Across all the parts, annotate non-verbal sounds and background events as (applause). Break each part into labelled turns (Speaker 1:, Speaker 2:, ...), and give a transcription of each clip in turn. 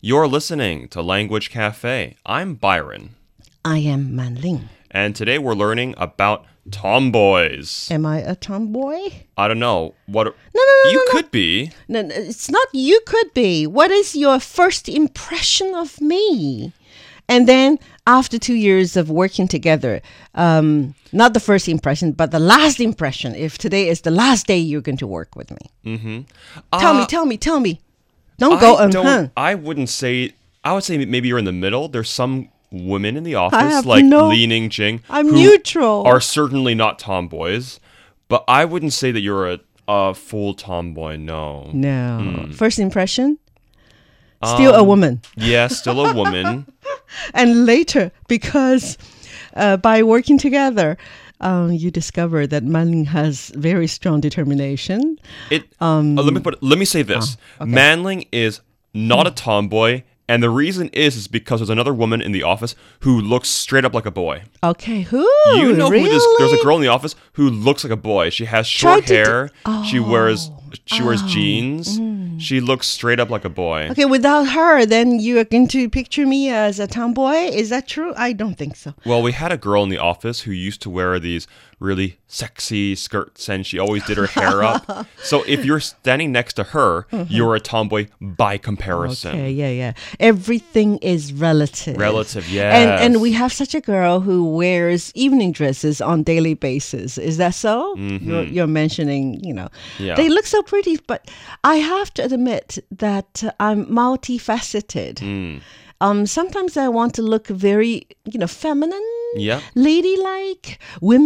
Speaker 1: You're listening to Language Cafe. I'm Byron,
Speaker 2: I am Manling.
Speaker 1: and today we're learning about tomboys.
Speaker 2: Am I a tomboy?
Speaker 1: I don't know what. No,
Speaker 2: no,
Speaker 1: you could be.
Speaker 2: No, no, it's not you could be. What is your first impression of me? And then after two years of working together, um, not the first impression, but the last impression, if today is the last day you're going to work with me. Tell me, tell me, tell me. Don't go,
Speaker 1: Mm-hmm. Uh, I
Speaker 2: um, huh.
Speaker 1: I wouldn't say. I would say maybe you're in the middle. There's some women in the office
Speaker 2: have
Speaker 1: like
Speaker 2: no-
Speaker 1: leaning Jing.
Speaker 2: I'm
Speaker 1: who
Speaker 2: neutral.
Speaker 1: Are certainly not tomboys, but I wouldn't say that you're a a full tomboy. No.
Speaker 2: No. First impression?
Speaker 1: Um,
Speaker 2: Still a woman.
Speaker 1: Yeah, still a woman.
Speaker 2: and later because uh, by working together um, you discover that manling has very strong determination
Speaker 1: It. Um, let me put. Let me say this.
Speaker 2: Uh,
Speaker 1: Manling is not a
Speaker 2: Hmm.
Speaker 1: tomboy, and the reason is is because there's another woman in the office who looks straight up like a boy.
Speaker 2: okay who
Speaker 1: You know
Speaker 2: Oh, really?
Speaker 1: who this? There's a girl in the office who looks like a boy. She has short
Speaker 2: Tried to Oh. do-
Speaker 1: hair. she wears she wears jeans. She looks straight up like a boy.
Speaker 2: Hmm. okay without her then you are going to picture me as a tomboy is that true i don't think so
Speaker 1: Well, we had a girl in the office who used to wear these really sexy skirts, and she always did her hair
Speaker 2: (laughs)
Speaker 1: up. So if you're standing next to her,
Speaker 2: Mm-hmm.
Speaker 1: you're a tomboy by comparison.
Speaker 2: okay yeah yeah everything is relative
Speaker 1: Relative,
Speaker 2: and
Speaker 1: yes.
Speaker 2: and we have such a girl who wears evening dresses on daily basis is that so you're, you're mentioning you know
Speaker 1: Mm-hmm. Yeah.
Speaker 2: they look so pretty but i have to admit that i'm multifaceted
Speaker 1: Mm.
Speaker 2: um sometimes i want to look very you know feminine
Speaker 1: Yeah.
Speaker 2: ladylike,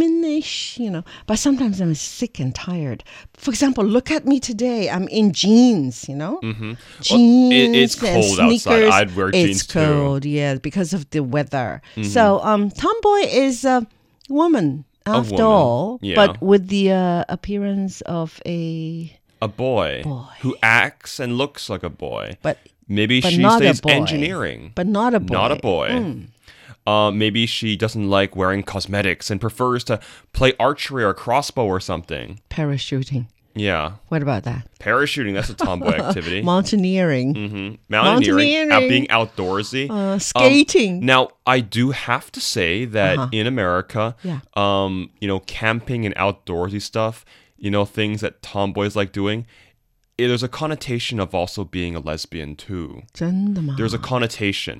Speaker 2: womanish, you know. But sometimes I'm sick and tired. For example, look at me today. I'm in jeans, you know. Mm-hmm. Jeans.
Speaker 1: it- it's
Speaker 2: and
Speaker 1: cold outside.
Speaker 2: sneakers.
Speaker 1: I'd wear jeans
Speaker 2: It's
Speaker 1: too. Mm-hmm.
Speaker 2: cold, yeah, because of the weather. So, um, tomboy is a woman after
Speaker 1: woman,
Speaker 2: all,
Speaker 1: yeah.
Speaker 2: but with the uh, appearance of a
Speaker 1: A boy, who acts and looks like a boy.
Speaker 2: but
Speaker 1: Maybe
Speaker 2: but
Speaker 1: she
Speaker 2: not a
Speaker 1: stays
Speaker 2: boy.
Speaker 1: engineering.
Speaker 2: but not a boy. Hmm.
Speaker 1: not a boy. Uh, maybe she doesn't like wearing cosmetics and prefers to play archery or crossbow or something.
Speaker 2: Parachuting.
Speaker 1: Yeah.
Speaker 2: What about that?
Speaker 1: Parachuting, that's a
Speaker 2: (laughs)
Speaker 1: tomboy activity.
Speaker 2: Mountaineering,
Speaker 1: hmm Mountaineering, out,
Speaker 2: Mountaineering.
Speaker 1: being outdoorsy.
Speaker 2: uh, skating.
Speaker 1: now, I do have to say that in America,
Speaker 2: Uh-huh. Yeah.
Speaker 1: um, you know, camping and outdoorsy stuff, you know, things that tomboys like doing, eh, there's a connotation of also being a lesbian too.
Speaker 2: 真的吗？
Speaker 1: There's a connotation,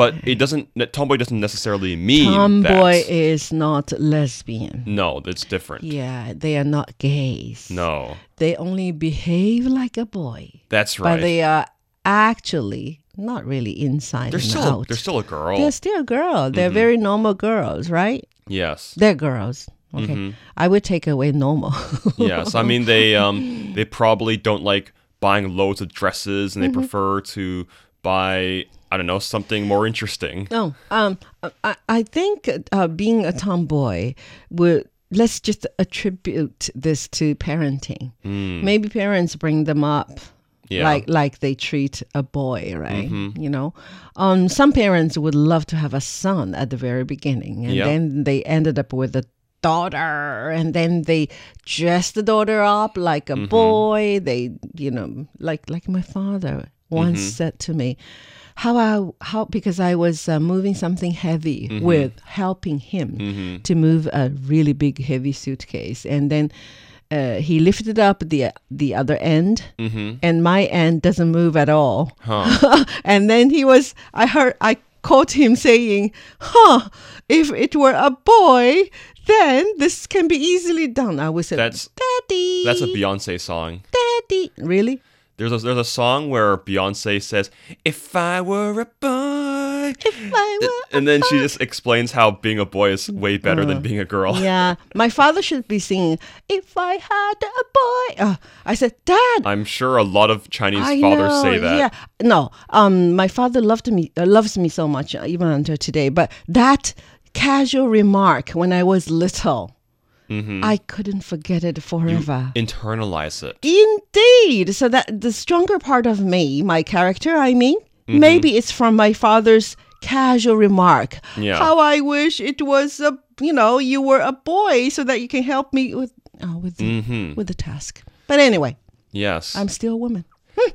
Speaker 1: but it doesn't. that Tomboy doesn't necessarily mean
Speaker 2: Tomboy
Speaker 1: That.
Speaker 2: is not lesbian.
Speaker 1: No, that's different.
Speaker 2: Yeah, they are not gays.
Speaker 1: No,
Speaker 2: They only behave like a boy,
Speaker 1: that's
Speaker 2: but
Speaker 1: right.
Speaker 2: they are actually not really inside
Speaker 1: are
Speaker 2: and
Speaker 1: still a,
Speaker 2: out.
Speaker 1: they're still Mm-hmm. a girl.
Speaker 2: They're still a girl. They're very normal girls, right?
Speaker 1: Yes,
Speaker 2: They're girls. Okay.
Speaker 1: Mm-hmm.
Speaker 2: I would take away normal. (laughs)
Speaker 1: yes. I mean, they um they probably don't like buying loads of dresses, and they
Speaker 2: Mm-hmm.
Speaker 1: prefer to buy I don't know something more interesting.
Speaker 2: No, um, I, I think uh, being a tomboy would. Let's just attribute this to parenting. Maybe parents bring them up
Speaker 1: Hmm. Yeah. Mm-hmm.
Speaker 2: like like they treat a boy, right? You know, um, some parents would love to have a son at the very beginning, and
Speaker 1: Yeah.
Speaker 2: then they ended up with a daughter, and then they dress the daughter up like a boy. They, you know, like like my father once said to me, how I how because I was uh, moving something heavy with helping him to move a really big heavy suitcase, and then uh, he lifted up the the other end, and my end doesn't move at all. (laughs) and then he was I heard I caught him saying, "Huh, if it were a boy." Then this can be easily done. I was
Speaker 1: That's-
Speaker 2: daddy.
Speaker 1: That's a Beyonce song.
Speaker 2: daddy. Really?
Speaker 1: There's a, there's a song where Beyonce says, "If I were a boy,"
Speaker 2: I will
Speaker 1: and then she just explains how being a boy is way better than being a girl.
Speaker 2: Yeah, my father should be singing. If I had a boy, Uh, I said, Dad.
Speaker 1: I'm sure a lot of Chinese
Speaker 2: I
Speaker 1: fathers
Speaker 2: know,
Speaker 1: say that.
Speaker 2: Yeah, no. Um, my father loved me, uh, loves me so much uh, even until today. But that casual remark when I was little,
Speaker 1: Mm-hmm.
Speaker 2: I couldn't forget it forever.
Speaker 1: Internalize it.
Speaker 2: Indeed. So that the stronger part of me, my character, I mean,
Speaker 1: Mm-hmm.
Speaker 2: maybe it's from my father's casual remark.
Speaker 1: Yeah.
Speaker 2: How I wish it was a you know you were a boy so that you can help me with oh, with the,
Speaker 1: Mm-hmm.
Speaker 2: with the task. But anyway,
Speaker 1: Yes.
Speaker 2: I'm still a woman.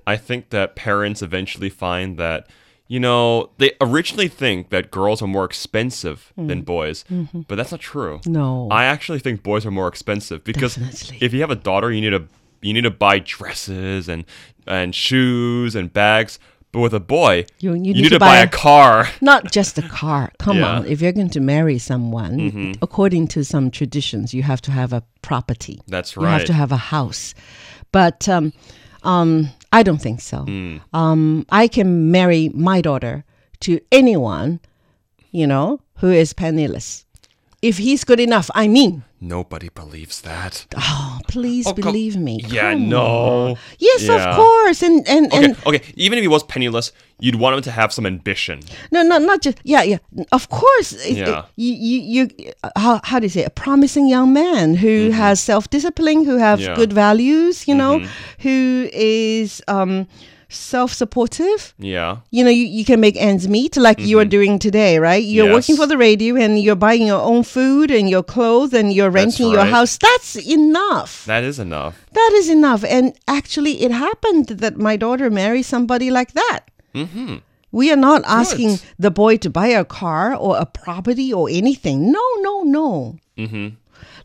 Speaker 1: I think that parents eventually find that you know, they originally think that girls are more expensive than boys, but that's not true.
Speaker 2: Mm. Mm-hmm. No.
Speaker 1: I actually think boys are more expensive because
Speaker 2: Definitely.
Speaker 1: if you have a daughter, you need to you need to buy dresses and and shoes and bags. But with a boy,
Speaker 2: You- you
Speaker 1: need, to, buy, a car.
Speaker 2: Not just a car.
Speaker 1: (laughs)
Speaker 2: Come
Speaker 1: Yeah. Mm-hmm.
Speaker 2: on. If you're going to marry someone, according to some traditions, you have to have a property.
Speaker 1: That's
Speaker 2: You have
Speaker 1: right.
Speaker 2: to have a house. But um, um, I don't think so.
Speaker 1: Hmm.
Speaker 2: Um, I can marry my daughter to anyone, you know, who is penniless. If he's good enough, I mean,
Speaker 1: Nobody believes that.
Speaker 2: oh, please
Speaker 1: co-
Speaker 2: believe me.
Speaker 1: yeah,
Speaker 2: Come
Speaker 1: no.
Speaker 2: on. Yes,
Speaker 1: Yeah.
Speaker 2: of course. And and, and
Speaker 1: Okay, okay. Even if he was penniless, you'd want him to have some ambition.
Speaker 2: No, no, not just yeah, yeah. Of course, it- it-
Speaker 1: Yeah.
Speaker 2: you, you, you uh, how, how do you say a promising young man who has self discipline, who have
Speaker 1: Mm-hmm. Yeah. Mm-hmm.
Speaker 2: good values, you know, who is um, self supportive.
Speaker 1: Yeah.
Speaker 2: You know, you, you can make ends meet like you are doing today, right? You're working
Speaker 1: Mm-hmm. Yes.
Speaker 2: for the radio and you're buying your own food and your clothes and you're
Speaker 1: That's
Speaker 2: renting your
Speaker 1: right.
Speaker 2: house. That's enough.
Speaker 1: That is enough.
Speaker 2: That is enough. And actually, it happened that my daughter married somebody like that. Mm-hmm. We are not asking the boy to buy a car or a property or anything. No, no, no. Mm-hmm.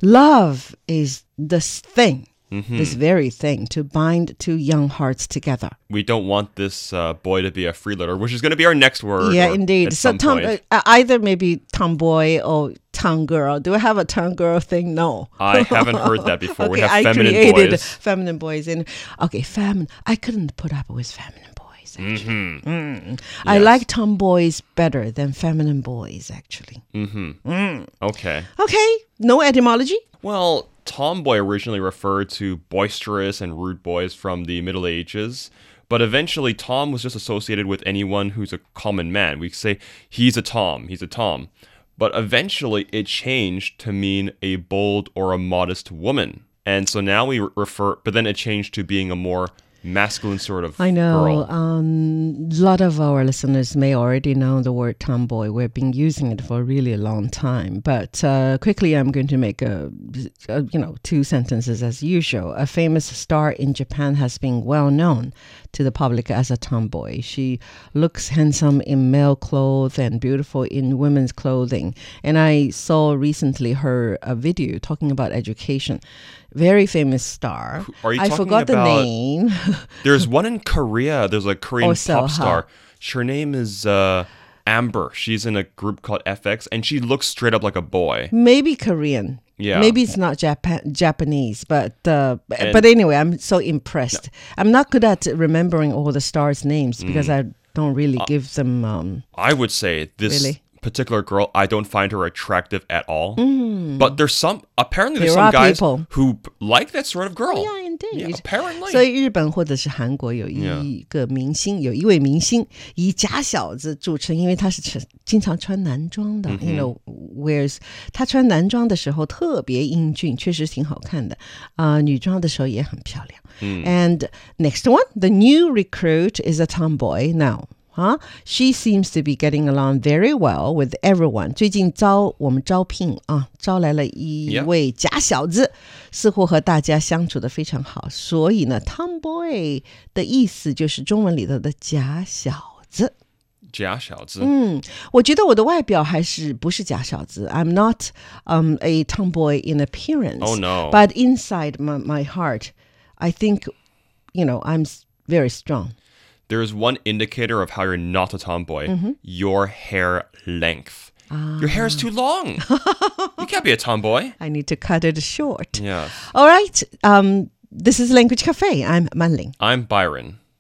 Speaker 2: Love is this thing,
Speaker 1: Mm-hmm.
Speaker 2: this very thing to bind two young hearts together.
Speaker 1: We don't want this uh, boy to be a freeloader, which is going to be our next word.
Speaker 2: yeah,
Speaker 1: or-
Speaker 2: indeed.
Speaker 1: at
Speaker 2: So,
Speaker 1: some
Speaker 2: tom,
Speaker 1: point.
Speaker 2: uh, either maybe tomboy or tongue girl. Do I have a tongue girl thing? No.
Speaker 1: I haven't heard
Speaker 2: (laughs)
Speaker 1: that before. we
Speaker 2: uh, okay,
Speaker 1: have
Speaker 2: I
Speaker 1: feminine
Speaker 2: created
Speaker 1: boys.
Speaker 2: feminine boys, and okay, feminine. I couldn't put up with feminine boys. Actually, Mm. I
Speaker 1: Mm-hmm. Yes.
Speaker 2: like tomboys better than feminine boys. Actually,
Speaker 1: Mm. Okay.
Speaker 2: okay, no etymology.
Speaker 1: Well, tomboy originally referred to boisterous and rude boys from the Middle Ages, but eventually tom was just associated with anyone who's a common man. We say he's a tom, he's a tom. But eventually it changed to mean a bold or a modest woman. And so now we re- refer, but then it changed to being a more masculine sort of
Speaker 2: I know
Speaker 1: girl.
Speaker 2: a lot of our listeners may already know the word tomboy. We've been using it for a really long time, but uh, quickly I'm going to make a, a you know two sentences as usual. A famous star in Japan has been well known to the public as a tomboy. She looks handsome in male clothes and beautiful in women's clothing. And I saw recently her a video talking about education. Very famous star.
Speaker 1: Are you
Speaker 2: I
Speaker 1: talking
Speaker 2: forgot
Speaker 1: about-
Speaker 2: the name. (laughs)
Speaker 1: There's one in Korea. There's a Korean
Speaker 2: Also,
Speaker 1: pop
Speaker 2: Oh, huh?
Speaker 1: star. Her name is uh, Amber. She's in a group called FX, and she looks straight up like a boy.
Speaker 2: maybe Korean.
Speaker 1: Yeah.
Speaker 2: Maybe it's not Japan Japanese, but uh, b- but anyway, I'm so impressed. I'm not good at remembering all the stars' names because I don't really give them. Um,
Speaker 1: I would say this
Speaker 2: Really?
Speaker 1: particular girl, I don't find her attractive at all. But there's some apparently there's some
Speaker 2: Hmm. There are
Speaker 1: guys
Speaker 2: people.
Speaker 1: who p- like that sort of girl.
Speaker 2: yeah,
Speaker 1: Yeah,
Speaker 2: indeed.
Speaker 1: apparently.
Speaker 2: 所以日本或者是韩国有一个明星有一位明星以假小子著称，因为他是穿经常穿男装的、y o u know wears。他穿男装的时候特别英俊，确实挺好看的啊、女装的时候也很漂亮。And next one, the new recruit is a tomboy now. Huh? She seems to be getting along very well with everyone. 最近招我们招聘啊，招来了一
Speaker 1: Yeah.
Speaker 2: 位假小子，似乎和大家相处的非常好。所以呢，tomboy 的意思就是中文里头的假小子。
Speaker 1: 假小子。
Speaker 2: Hmm. 我觉得我的外表还是不是假小子。I'm not um a tomboy in appearance.
Speaker 1: Oh, no.
Speaker 2: But inside my, my heart, I think, you know, I'm s- very strong.
Speaker 1: There's one indicator of how you're not a tomboy.
Speaker 2: Mm-hmm.
Speaker 1: Your hair length. Your hair is
Speaker 2: Ah.
Speaker 1: too
Speaker 2: (laughs)
Speaker 1: long. you can't be a tomboy.
Speaker 2: I need to cut it short.
Speaker 1: Yeah.
Speaker 2: All right. Um, this is Language Cafe. I'm Manling.
Speaker 1: I'm Byron.